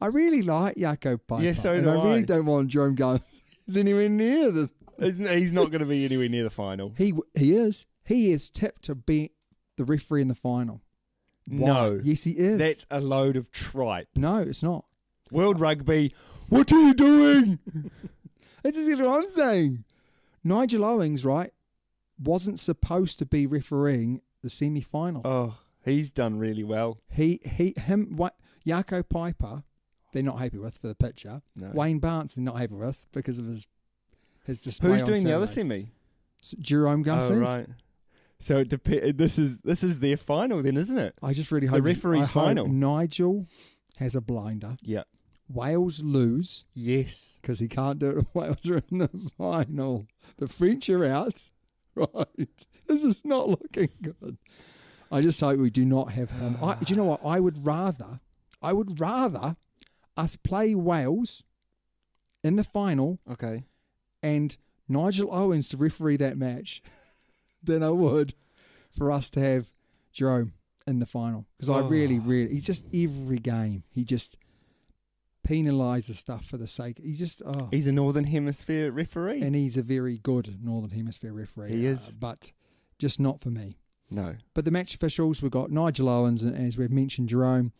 Speaker 3: I really like Jaco Piper.
Speaker 4: Yeah, so
Speaker 3: and
Speaker 4: do
Speaker 3: I really
Speaker 4: I.
Speaker 3: don't want Jerome going. [laughs] Is anywhere near the
Speaker 4: Isn't- [laughs] He's not going to be anywhere near the final.
Speaker 3: He he is. He is tipped to be the referee in the final. Why?
Speaker 4: No.
Speaker 3: Yes, he is.
Speaker 4: That's a load of tripe.
Speaker 3: no, it's not.
Speaker 4: World Rugby, what are you doing?
Speaker 3: That's exactly what I'm saying. Nigel Owings, right, wasn't supposed to be refereeing the semi final.
Speaker 4: Oh, he's done really well.
Speaker 3: He he him what Jaco Piper, they're not happy with for the picture.
Speaker 4: No.
Speaker 3: Wayne Barnes they're not happy with because of his his display.
Speaker 4: Who's
Speaker 3: on
Speaker 4: doing the other
Speaker 3: Saturday.
Speaker 4: semi?
Speaker 3: S- Jerome Gunsons.
Speaker 4: Oh, right. So it dep- this is this is their final then, isn't it?
Speaker 3: I just really hope
Speaker 4: referee's
Speaker 3: I hope
Speaker 4: final.
Speaker 3: Nigel has a blinder.
Speaker 4: Yeah.
Speaker 3: Wales lose.
Speaker 4: Yes.
Speaker 3: because he can't do it [laughs] if Wales are in the final. The French are out. [laughs] Right. This is not looking good. I just hope we do not have him. I, do you know what? I would rather, I would rather us play Wales in the final
Speaker 4: Okay.
Speaker 3: and Nigel Owens to referee that match [laughs] than I would for us to have Jerome in the final. Because I really, really, he's just every game, he just penalises stuff for the sake. He just, oh.
Speaker 4: He's a Northern Hemisphere referee.
Speaker 3: and he's a very good Northern Hemisphere referee. uh,
Speaker 4: He is.
Speaker 3: but just not for me.
Speaker 4: no.
Speaker 3: But the match officials, we've got Nigel Owens, and as we've mentioned, Jerome.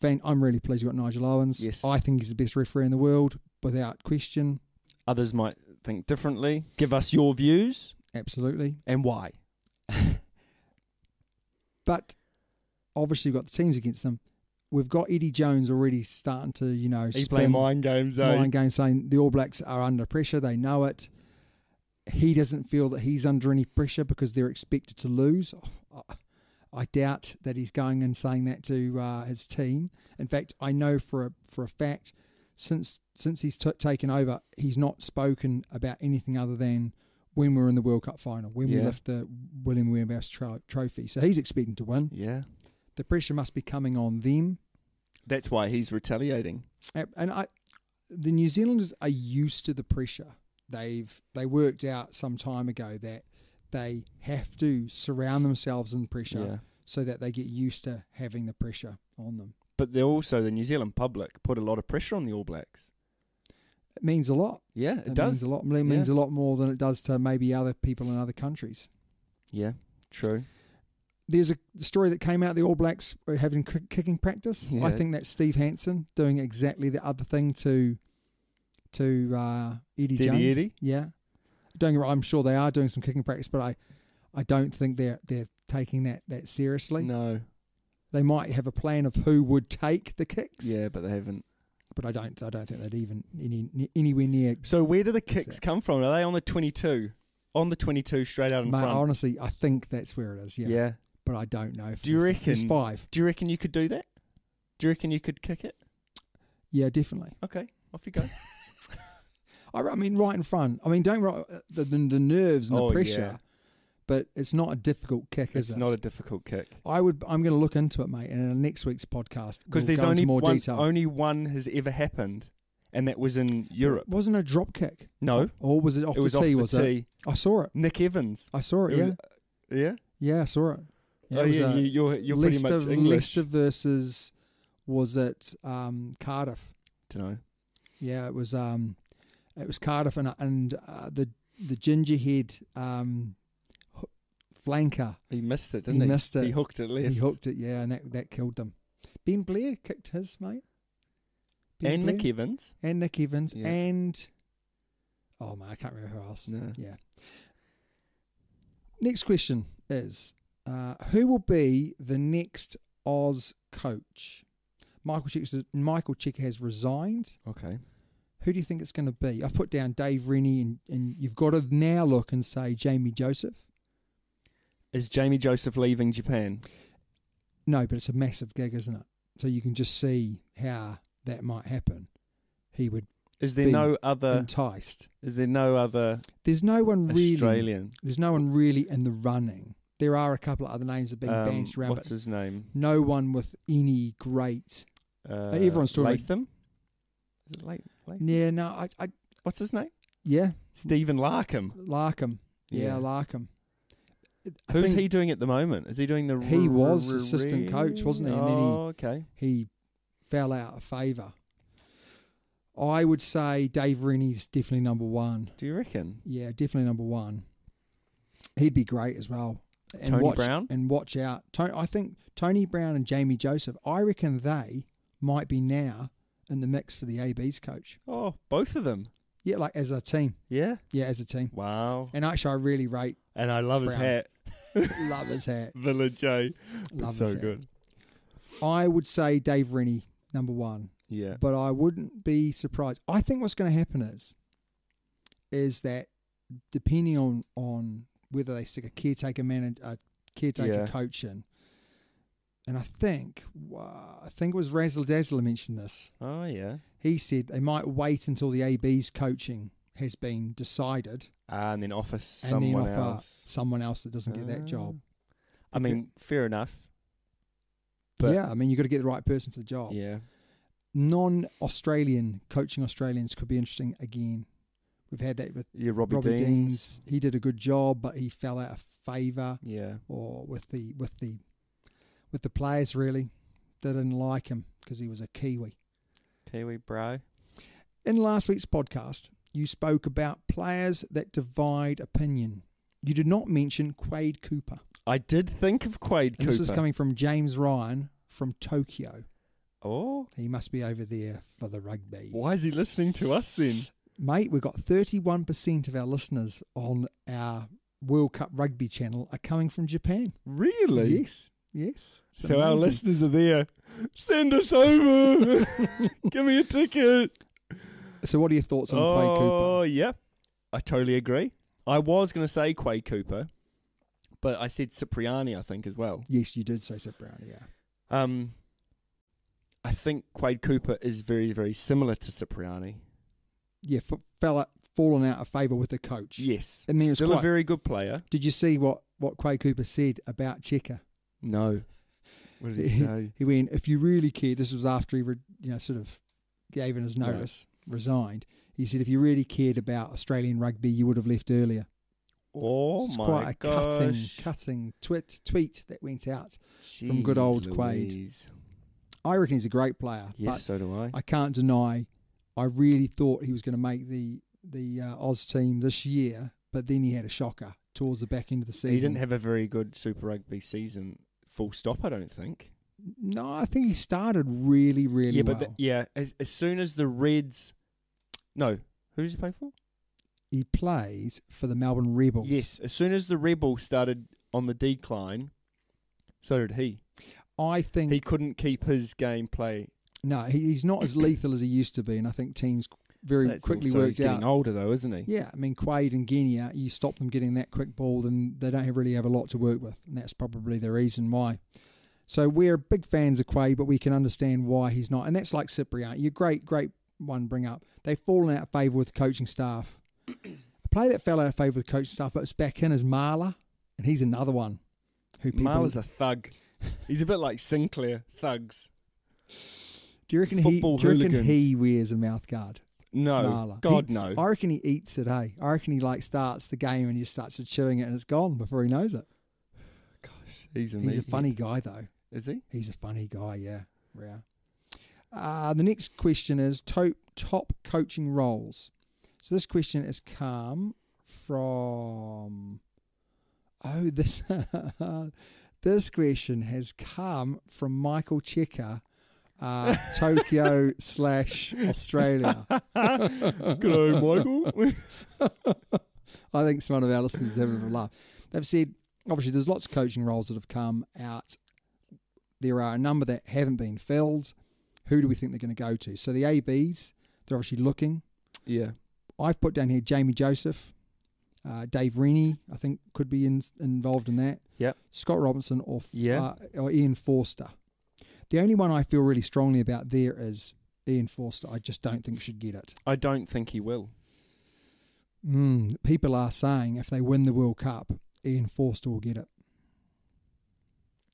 Speaker 3: Fan, I'm really pleased you got Nigel Owens.
Speaker 4: Yes.
Speaker 3: I think he's the best referee in the world, without question.
Speaker 4: Others might think differently. Give us your views
Speaker 3: Absolutely.
Speaker 4: and why.
Speaker 3: But obviously, we've got the teams against them. We've got Eddie Jones already starting to, you know,
Speaker 4: He's
Speaker 3: spin
Speaker 4: playing mind games, eh? though.
Speaker 3: mind game, saying the All Blacks are under pressure. They know it. He doesn't feel that he's under any pressure because they're expected to lose. Oh, I- I doubt that he's going and saying that to uh, his team. In fact, I know for a, for a fact since since he's t- taken over, he's not spoken about anything other than when we're in the World Cup final, when we
Speaker 4: Yeah.
Speaker 3: lift the William Williamhouse tro- trophy. So he's expecting to win.
Speaker 4: Yeah.
Speaker 3: The pressure must be coming on them.
Speaker 4: That's why he's retaliating.
Speaker 3: A- And I, the New Zealanders are used to the pressure. They've they worked out some time ago that they have to surround themselves in pressure
Speaker 4: Yeah.
Speaker 3: so that they get used to having the pressure on them.
Speaker 4: But they also the New Zealand public put a lot of pressure on the All Blacks.
Speaker 3: It means a lot.
Speaker 4: Yeah, it
Speaker 3: It means
Speaker 4: does.
Speaker 3: a lot. It means a lot more than it does to maybe other people in other countries.
Speaker 4: Yeah, true.
Speaker 3: There's a story that came out: the All Blacks were having kick- kicking practice.
Speaker 4: Yeah.
Speaker 3: I think that's Steve Hansen doing exactly the other thing to to uh, Eddie
Speaker 4: Steady
Speaker 3: Jones.
Speaker 4: Eddie?
Speaker 3: Yeah, doing. I'm sure they are doing some kicking practice, but I I don't think they're they're taking that that seriously.
Speaker 4: No.
Speaker 3: They might have a plan of who would take the kicks.
Speaker 4: Yeah, but they haven't.
Speaker 3: but I don't I don't think they'd even any anywhere near.
Speaker 4: So where do the
Speaker 3: Is
Speaker 4: kicks
Speaker 3: it-
Speaker 4: come from? Are they on the twenty-two? On the twenty-two, straight out in
Speaker 3: Mate,
Speaker 4: front.
Speaker 3: honestly, I think that's where it is.
Speaker 4: yeah.
Speaker 3: Yeah, but I don't know.
Speaker 4: Do you reckon?
Speaker 3: It's five.
Speaker 4: Do you reckon you could do that? Do you reckon you could kick it?
Speaker 3: Yeah, definitely.
Speaker 4: Okay, off
Speaker 3: [laughs]
Speaker 4: you go.
Speaker 3: I, I mean, right in front. I mean, don't right, the, the the nerves and
Speaker 4: Oh,
Speaker 3: the
Speaker 4: yeah.
Speaker 3: pressure. But it's not a difficult kick, is
Speaker 4: it's
Speaker 3: it?
Speaker 4: not a difficult kick
Speaker 3: I would. I'm going to look into it, mate. And in next week's podcast, we'll
Speaker 4: because there's
Speaker 3: go into
Speaker 4: only
Speaker 3: more
Speaker 4: one.
Speaker 3: detail.
Speaker 4: Only one has ever happened, and that was in Europe.
Speaker 3: Wasn't a drop kick,
Speaker 4: No,
Speaker 3: or was it off
Speaker 4: it was
Speaker 3: the
Speaker 4: off
Speaker 3: tee?
Speaker 4: the
Speaker 3: was it?
Speaker 4: tee.
Speaker 3: I saw it.
Speaker 4: Nick Evans.
Speaker 3: I saw it.
Speaker 4: It
Speaker 3: yeah,
Speaker 4: was- Yeah.
Speaker 3: yeah, I saw it. Yeah,
Speaker 4: oh
Speaker 3: it was
Speaker 4: yeah,
Speaker 3: a
Speaker 4: you, you're you're pretty
Speaker 3: Leicester,
Speaker 4: much English.
Speaker 3: Leicester versus was it um, Cardiff?
Speaker 4: Dunno.
Speaker 3: Yeah, it was. Um, it was Cardiff and and uh, the the gingerhead um, h- flanker.
Speaker 4: He missed it,
Speaker 3: He
Speaker 4: didn't he?
Speaker 3: missed it.
Speaker 4: He hooked it left.
Speaker 3: He hooked it, yeah, and that, that killed them. Ben Blair kicked his, mate. Ben
Speaker 4: and Nick
Speaker 3: Blair
Speaker 4: Evans.
Speaker 3: and Nick Evans
Speaker 4: Yeah.
Speaker 3: and oh man, I can't remember who else.
Speaker 4: No.
Speaker 3: Yeah. Next question is uh, who will be the next Oz coach? Michael Chick, Michael Chick has resigned.
Speaker 4: Okay.
Speaker 3: Who do you think it's going to be? I've put down Dave Rennie, and, and you've got to now look and say Jamie Joseph.
Speaker 4: Is Jamie Joseph leaving Japan?
Speaker 3: No, but it's a massive gig, isn't it? So you can just see how that might happen. He would
Speaker 4: Is there
Speaker 3: Be
Speaker 4: no other?
Speaker 3: enticed.
Speaker 4: is there no other
Speaker 3: There's no one really.
Speaker 4: Australian?
Speaker 3: There's no one really in the running. There are a couple of other names that have been
Speaker 4: Um,
Speaker 3: banished around, but
Speaker 4: what's his name?
Speaker 3: no one with any great.
Speaker 4: Uh,
Speaker 3: everyone's talking about-
Speaker 4: Latham. Is it Latham? Latham?
Speaker 3: Yeah, no, I, I
Speaker 4: What's his name?
Speaker 3: yeah,
Speaker 4: Stephen Larkham.
Speaker 3: Larkham. Yeah,
Speaker 4: Yeah.
Speaker 3: Larkham. I
Speaker 4: Who's
Speaker 3: think
Speaker 4: he doing at the moment? Is he doing the?
Speaker 3: He
Speaker 4: r-
Speaker 3: was
Speaker 4: r-
Speaker 3: assistant coach, wasn't he? And then he-
Speaker 4: Oh, okay.
Speaker 3: He fell out of favour. I would say Dave Rennie's definitely number one.
Speaker 4: Do you reckon?
Speaker 3: Yeah, definitely number one. He'd be great as well. And
Speaker 4: Tony
Speaker 3: watch,
Speaker 4: Brown?
Speaker 3: and watch out. Tony, I think Tony Brown and Jamie Joseph. I reckon they might be now in the mix for the ABs coach.
Speaker 4: Oh, both of them.
Speaker 3: Yeah, like as a team.
Speaker 4: Yeah.
Speaker 3: Yeah, as a team.
Speaker 4: Wow.
Speaker 3: And actually, I really rate.
Speaker 4: And I love his
Speaker 3: Brown.
Speaker 4: hat.
Speaker 3: Love his hat.
Speaker 4: [laughs] Villa J.
Speaker 3: Love
Speaker 4: so
Speaker 3: his hat.
Speaker 4: good.
Speaker 3: I would say Dave Rennie number one,
Speaker 4: Yeah.
Speaker 3: but I wouldn't be surprised. I think what's going to happen is, is that depending on on whether they stick a caretaker manager, a caretaker
Speaker 4: Yeah.
Speaker 3: coach in, and I think wow, I think it was Razzle Dazzler mentioned this.
Speaker 4: Oh yeah.
Speaker 3: He said they might wait until the AB's coaching has been decided
Speaker 4: Ah, and then offer someone
Speaker 3: and then offer
Speaker 4: else. Ah.
Speaker 3: someone else that doesn't get that job.
Speaker 4: I mean, fair enough. But-
Speaker 3: But Oh. yeah, I mean, you've got to get the right person for the job.
Speaker 4: Yeah.
Speaker 3: non-Australian coaching Australians could be interesting again. We've had that with
Speaker 4: Yeah, Robbie,
Speaker 3: Robbie, Deans.
Speaker 4: Deans.
Speaker 3: He did a good job, but he fell out of favour,
Speaker 4: Yeah.
Speaker 3: or with the with the with the players really they didn't like him because he was a Kiwi.
Speaker 4: Kiwi bro.
Speaker 3: In last week's podcast, you spoke about players that divide opinion. You did not mention Quade Cooper.
Speaker 4: I did think of Quade
Speaker 3: And
Speaker 4: Cooper.
Speaker 3: this is coming from James Ryan from Tokyo.
Speaker 4: oh,
Speaker 3: He must be over there for the rugby.
Speaker 4: why is he listening to us then?
Speaker 3: mate, we've got 31% of our listeners on our World Cup Rugby channel are coming from Japan.
Speaker 4: Really?
Speaker 3: Yes, yes. It's
Speaker 4: So our
Speaker 3: amazing.
Speaker 4: listeners are there. Send
Speaker 3: [laughs]
Speaker 4: us over. Give me a ticket.
Speaker 3: So, what are your thoughts on Quade
Speaker 4: oh,
Speaker 3: Cooper?
Speaker 4: yeah. I totally agree. I was going to say Quade Cooper, But I said Cipriani, I think, as well.
Speaker 3: Yes, you did say Cipriani, yeah.
Speaker 4: Um, I think Quade Cooper is very, very similar to Cipriani.
Speaker 3: Yeah, f- fella fallen out of favour with the coach.
Speaker 4: Yes.
Speaker 3: I mean, it's
Speaker 4: Still
Speaker 3: quite-
Speaker 4: a very good player.
Speaker 3: Did you see what, what Quay Cooper said about Checker?
Speaker 4: No.
Speaker 3: [laughs]
Speaker 4: What did he
Speaker 3: he
Speaker 4: say?
Speaker 3: he went, if you really care, this was after he, re, you know, sort of gave in his
Speaker 4: Right.
Speaker 3: notice, resigned. He said, if you really cared about Australian rugby, you would have left earlier.
Speaker 4: Oh,
Speaker 3: it's
Speaker 4: my
Speaker 3: quite a cutting,
Speaker 4: gosh.
Speaker 3: cutting twit, tweet that went out. from good old Quaid.
Speaker 4: Louise.
Speaker 3: I reckon he's a great player,
Speaker 4: Yes,
Speaker 3: but
Speaker 4: so do I.
Speaker 3: I can't deny I really thought he was going to make the the uh, Oz team this year, but then he had a shocker towards the back end of the season.
Speaker 4: He didn't have a very good Super Rugby season, full stop, I don't think.
Speaker 3: no, I think he started really, really
Speaker 4: yeah,
Speaker 3: well.
Speaker 4: but th- yeah, as, as soon as the Reds. No. Who does he play for?
Speaker 3: he plays for the Melbourne Rebels.
Speaker 4: Yes, as soon as the Rebels started on the decline, so did he.
Speaker 3: I think
Speaker 4: He couldn't keep his gameplay.
Speaker 3: no, he, he's not as lethal as he used to be, and I think teams very
Speaker 4: That's
Speaker 3: quickly
Speaker 4: also-
Speaker 3: worked
Speaker 4: he's getting
Speaker 3: out.
Speaker 4: older though, isn't he?
Speaker 3: Yeah, I mean Quaid and Genia, you stop them getting that quick ball, then they don't have- really have a lot to work with, and that's probably the reason why. So we're big fans of Quaid, but we can understand why he's not, and that's like Cipriani. You're great, great one bring up. They've fallen out of favour with the coaching staff. A player that fell out of favour with the coaching staff, but it's back in is Marla, and he's another one who people.
Speaker 4: Marla's a thug. He's a bit like Sinclair thugs.
Speaker 3: do you reckon he? Do
Speaker 4: football
Speaker 3: you reckon
Speaker 4: hooligans.
Speaker 3: he wears a mouth guard?
Speaker 4: No,
Speaker 3: Marla.
Speaker 4: God
Speaker 3: He-
Speaker 4: no.
Speaker 3: I reckon he eats it. Hey, I reckon he like starts the game and he starts chewing it, and it's gone before he knows it.
Speaker 4: he's,
Speaker 3: He's a
Speaker 4: amazing.
Speaker 3: funny guy, though. [laughs]
Speaker 4: Is he?
Speaker 3: He's a funny guy, yeah. Yeah. Uh, the next question is top, top coaching roles. So this question has come from. Oh, this [laughs] this question has come from Michael Checker, uh, Tokyo slash Australia.
Speaker 4: Good Michael.
Speaker 3: I think some of our listeners is having a laugh. They've said, obviously, there's lots of coaching roles that have come out. There are a number that haven't been filled. Who do we think they're going to go to? So the ABs, they're obviously looking.
Speaker 4: yeah.
Speaker 3: I've put down here Jamie Joseph, uh, Dave Rennie, I think could be in, involved in that.
Speaker 4: Yep.
Speaker 3: Scott Robinson or, f-
Speaker 4: Yeah.
Speaker 3: uh, or Ian Forster. The only one I feel really strongly about there is Ian Forster. I just don't think should get it.
Speaker 4: I don't think he will.
Speaker 3: Mm, people are saying if they win the World Cup, Ian Forster will get it.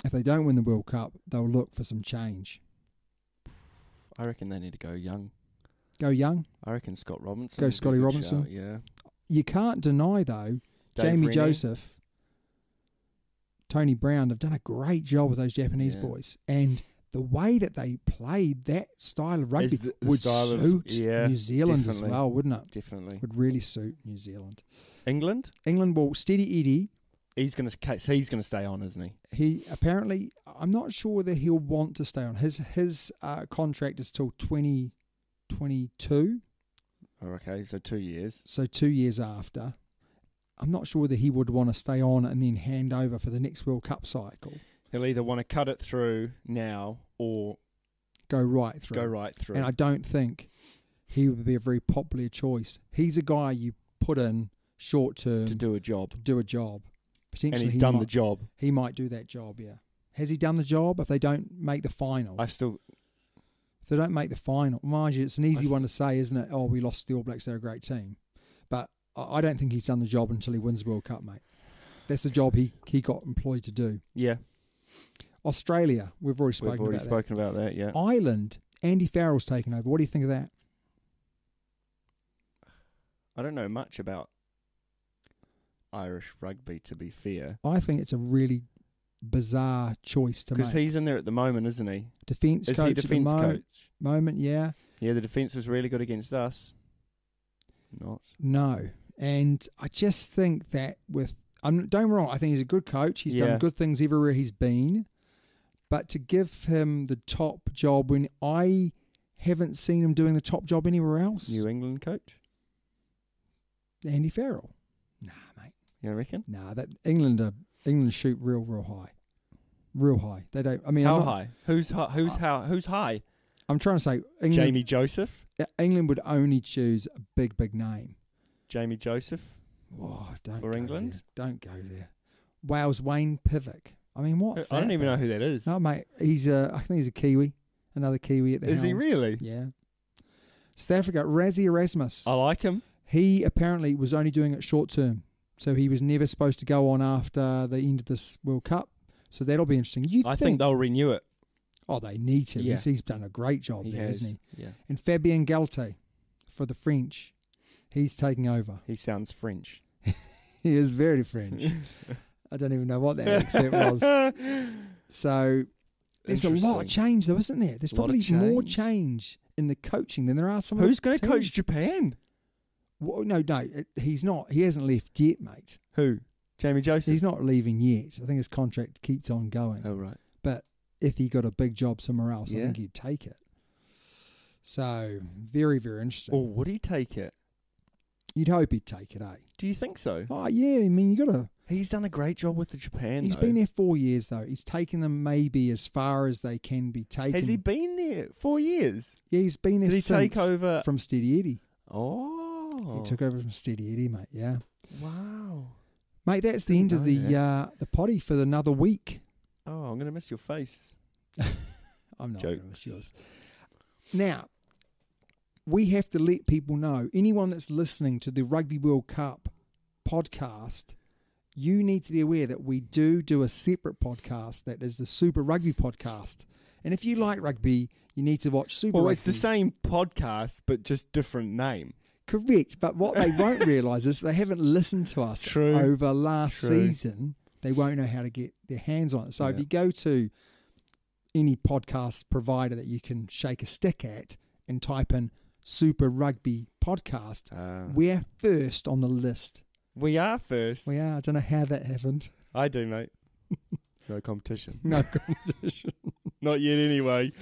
Speaker 3: If they don't win the World Cup, they'll look for some change.
Speaker 4: I reckon they need to go young.
Speaker 3: Go young.
Speaker 4: I reckon Scott Robinson.
Speaker 3: Go
Speaker 4: would be a
Speaker 3: Scotty
Speaker 4: good
Speaker 3: Robinson.
Speaker 4: shout, yeah.
Speaker 3: You can't deny though,
Speaker 4: Dave
Speaker 3: Jamie
Speaker 4: Rennie.
Speaker 3: Joseph, Tony Brown have done a great job with those Japanese
Speaker 4: Yeah.
Speaker 3: boys, and the way that they played that style of rugby
Speaker 4: Is the- the
Speaker 3: would
Speaker 4: style of-
Speaker 3: suit
Speaker 4: yeah,
Speaker 3: New Zealand as
Speaker 4: definitely.
Speaker 3: well, wouldn't it?
Speaker 4: Definitely.
Speaker 3: Would really suit New Zealand.
Speaker 4: England?
Speaker 3: England will steady Eddie.
Speaker 4: He's going to he's going to stay on, isn't he?
Speaker 3: he apparently I'm not sure that he'll want to stay on. His his uh, contract is till 2022,
Speaker 4: Oh, okay, so 2 years.
Speaker 3: so 2 years after. I'm not sure that he would want to stay on and then hand over for the next World Cup cycle.
Speaker 4: He'll either want to cut it through now or
Speaker 3: Go right through.
Speaker 4: go right through.
Speaker 3: And I don't think he would be a very popular choice. He's a guy you put in short term
Speaker 4: to
Speaker 3: to do,
Speaker 4: do a job.
Speaker 3: a job.
Speaker 4: And
Speaker 3: Potentially
Speaker 4: he's
Speaker 3: he
Speaker 4: done the
Speaker 3: might-
Speaker 4: job.
Speaker 3: He might do that job, yeah. Has he done the job if they don't make the final?
Speaker 4: I still
Speaker 3: If they don't make the final, mind you, it's an easy
Speaker 4: That's-
Speaker 3: one to say, isn't it? Oh, we lost the All Blacks; they're a great team, but I I don't think he's done the job until he wins the World Cup, mate. That's the job he he got employed to do.
Speaker 4: yeah,
Speaker 3: Australia, we've already spoken
Speaker 4: we've already
Speaker 3: about
Speaker 4: spoken about that, yeah.
Speaker 3: that. Ireland, Andy Farrell's taken over. What do you think of that?
Speaker 4: I don't know much about Irish rugby to be fair.
Speaker 3: I think it's a really bizarre choice to
Speaker 4: Because
Speaker 3: make.
Speaker 4: he's in there at the moment, isn't he?
Speaker 3: defense
Speaker 4: Is
Speaker 3: coach
Speaker 4: he
Speaker 3: at the
Speaker 4: defence
Speaker 3: mo-
Speaker 4: coach?
Speaker 3: moment, yeah,
Speaker 4: Yeah, the defence was really good against us. Not.
Speaker 3: no, and I just think that with I'm don't get me wrong, I think he's a good coach. He's done
Speaker 4: Yeah.
Speaker 3: good things everywhere he's been. but to give him the top job when I haven't seen him doing the top job anywhere else,
Speaker 4: New England coach?
Speaker 3: Andy Farrell. Nah, mate.
Speaker 4: You reckon?
Speaker 3: Nah, that England are, England shoot real, real high, real high. They don't. I mean,
Speaker 4: how
Speaker 3: I'm, not-
Speaker 4: high? Who's hi- who's how who's high?
Speaker 3: I'm trying to say England.
Speaker 4: Jamie Joseph?
Speaker 3: England would only choose a big, big name.
Speaker 4: Jamie Joseph?
Speaker 3: Oh, don't
Speaker 4: Or
Speaker 3: go
Speaker 4: England?
Speaker 3: there. Don't go there. Wales Wayne Pivick. I mean, what's
Speaker 4: I don't
Speaker 3: that
Speaker 4: even
Speaker 3: about?
Speaker 4: know who that is.
Speaker 3: No, mate, he's a. I think he's a Kiwi. Another Kiwi at the
Speaker 4: is he
Speaker 3: helm.
Speaker 4: really?
Speaker 3: Yeah. South Africa, Razzie Erasmus.
Speaker 4: I like him.
Speaker 3: He apparently was only doing it short term, so he was never supposed to go on after the end of this World Cup. So that'll be interesting. You
Speaker 4: I think, they'll renew it.
Speaker 3: Oh, they need to.
Speaker 4: Yeah.
Speaker 3: He's, he's done a great job
Speaker 4: He
Speaker 3: Oh, there,
Speaker 4: has.
Speaker 3: not he?
Speaker 4: Yeah.
Speaker 3: And Fabien Galte for the French. He's taking over.
Speaker 4: He sounds French.
Speaker 3: [laughs] He is very French. I don't even know what that accent
Speaker 4: [laughs]
Speaker 3: was. So there's a lot of
Speaker 4: Interesting.
Speaker 3: change, though, isn't there? There's
Speaker 4: Lot of
Speaker 3: probably more
Speaker 4: change.
Speaker 3: change in the coaching than there are some. of the
Speaker 4: Who's going to coach
Speaker 3: teams.
Speaker 4: Japan?
Speaker 3: Well, no, no, it- he's not. He hasn't left yet, mate.
Speaker 4: Who? Jamie Joseph.
Speaker 3: He's not leaving yet. I think his contract keeps on going.
Speaker 4: Oh right.
Speaker 3: But if he got a big job somewhere else, I
Speaker 4: Yeah.
Speaker 3: think he'd take it. So very, very interesting.
Speaker 4: Or would he take it?
Speaker 3: You'd hope he'd take it, eh?
Speaker 4: Do you think so?
Speaker 3: Oh yeah, I mean you gotta.
Speaker 4: He's done a great job with the Japan.
Speaker 3: He's
Speaker 4: though.
Speaker 3: been there four years though. He's taken them maybe as far as they can be taken.
Speaker 4: Has he been there four years?
Speaker 3: Yeah, he's been there
Speaker 4: Did he
Speaker 3: since
Speaker 4: take over-
Speaker 3: from Steady Eddie.
Speaker 4: Oh,
Speaker 3: He took over from Steady Eddie, mate. Yeah,
Speaker 4: wow.
Speaker 3: mate. That's the end
Speaker 4: Didn't
Speaker 3: of
Speaker 4: know
Speaker 3: the uh, the potty for another week.
Speaker 4: Oh, I'm gonna miss your face.
Speaker 3: I'm not
Speaker 4: Jokes.
Speaker 3: gonna miss yours. Now, we have to let people know anyone that's listening to the Rugby World Cup podcast, you need to be aware that we do do a separate podcast that is the Super Rugby podcast. And if you like rugby, you need to watch Super
Speaker 4: Well,
Speaker 3: Rugby.
Speaker 4: it's the same podcast, but just different name.
Speaker 3: Correct. But what they
Speaker 4: [laughs]
Speaker 3: won't realise is they haven't listened to us
Speaker 4: True.
Speaker 3: over last
Speaker 4: True.
Speaker 3: season. They won't know how to get their hands on it. So if
Speaker 4: Yeah.
Speaker 3: you go to any podcast provider that you can shake a stick at and type in Super Rugby Podcast,
Speaker 4: Ah.
Speaker 3: we're first on the list.
Speaker 4: We are first.
Speaker 3: We are. I don't know how that happened. [laughs]
Speaker 4: I do, mate. No competition. [laughs]
Speaker 3: No.
Speaker 4: Not yet, anyway.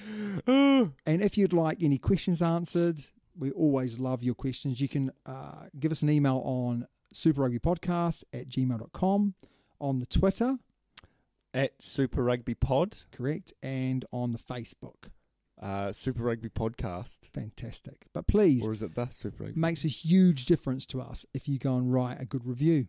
Speaker 3: And if you'd like any questions answered, we always love your questions. You can uh, give us an email on super rugby podcast at gmail.com, on the Twitter,
Speaker 4: At Super Rugby Pod,
Speaker 3: correct, and on the Facebook.
Speaker 4: uh, Super Rugby Podcast,
Speaker 3: Fantastic. But please,
Speaker 4: or is it the Super
Speaker 3: it
Speaker 4: Rugby?
Speaker 3: makes a huge difference to us if you go and write a good review.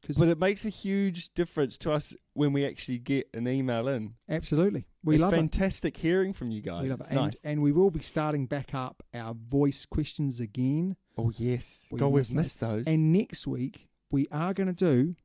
Speaker 3: Because
Speaker 4: But it makes a huge difference to us when we actually get an email in.
Speaker 3: absolutely, we
Speaker 4: it's
Speaker 3: love it.
Speaker 4: fantastic hearing from you guys.
Speaker 3: We love it.
Speaker 4: It's
Speaker 3: And,
Speaker 4: nice.
Speaker 3: and we will be starting back up our voice questions again.
Speaker 4: oh yes,
Speaker 3: We
Speaker 4: God,
Speaker 3: missed
Speaker 4: we've
Speaker 3: those.
Speaker 4: missed those.
Speaker 3: And next week, we are going to do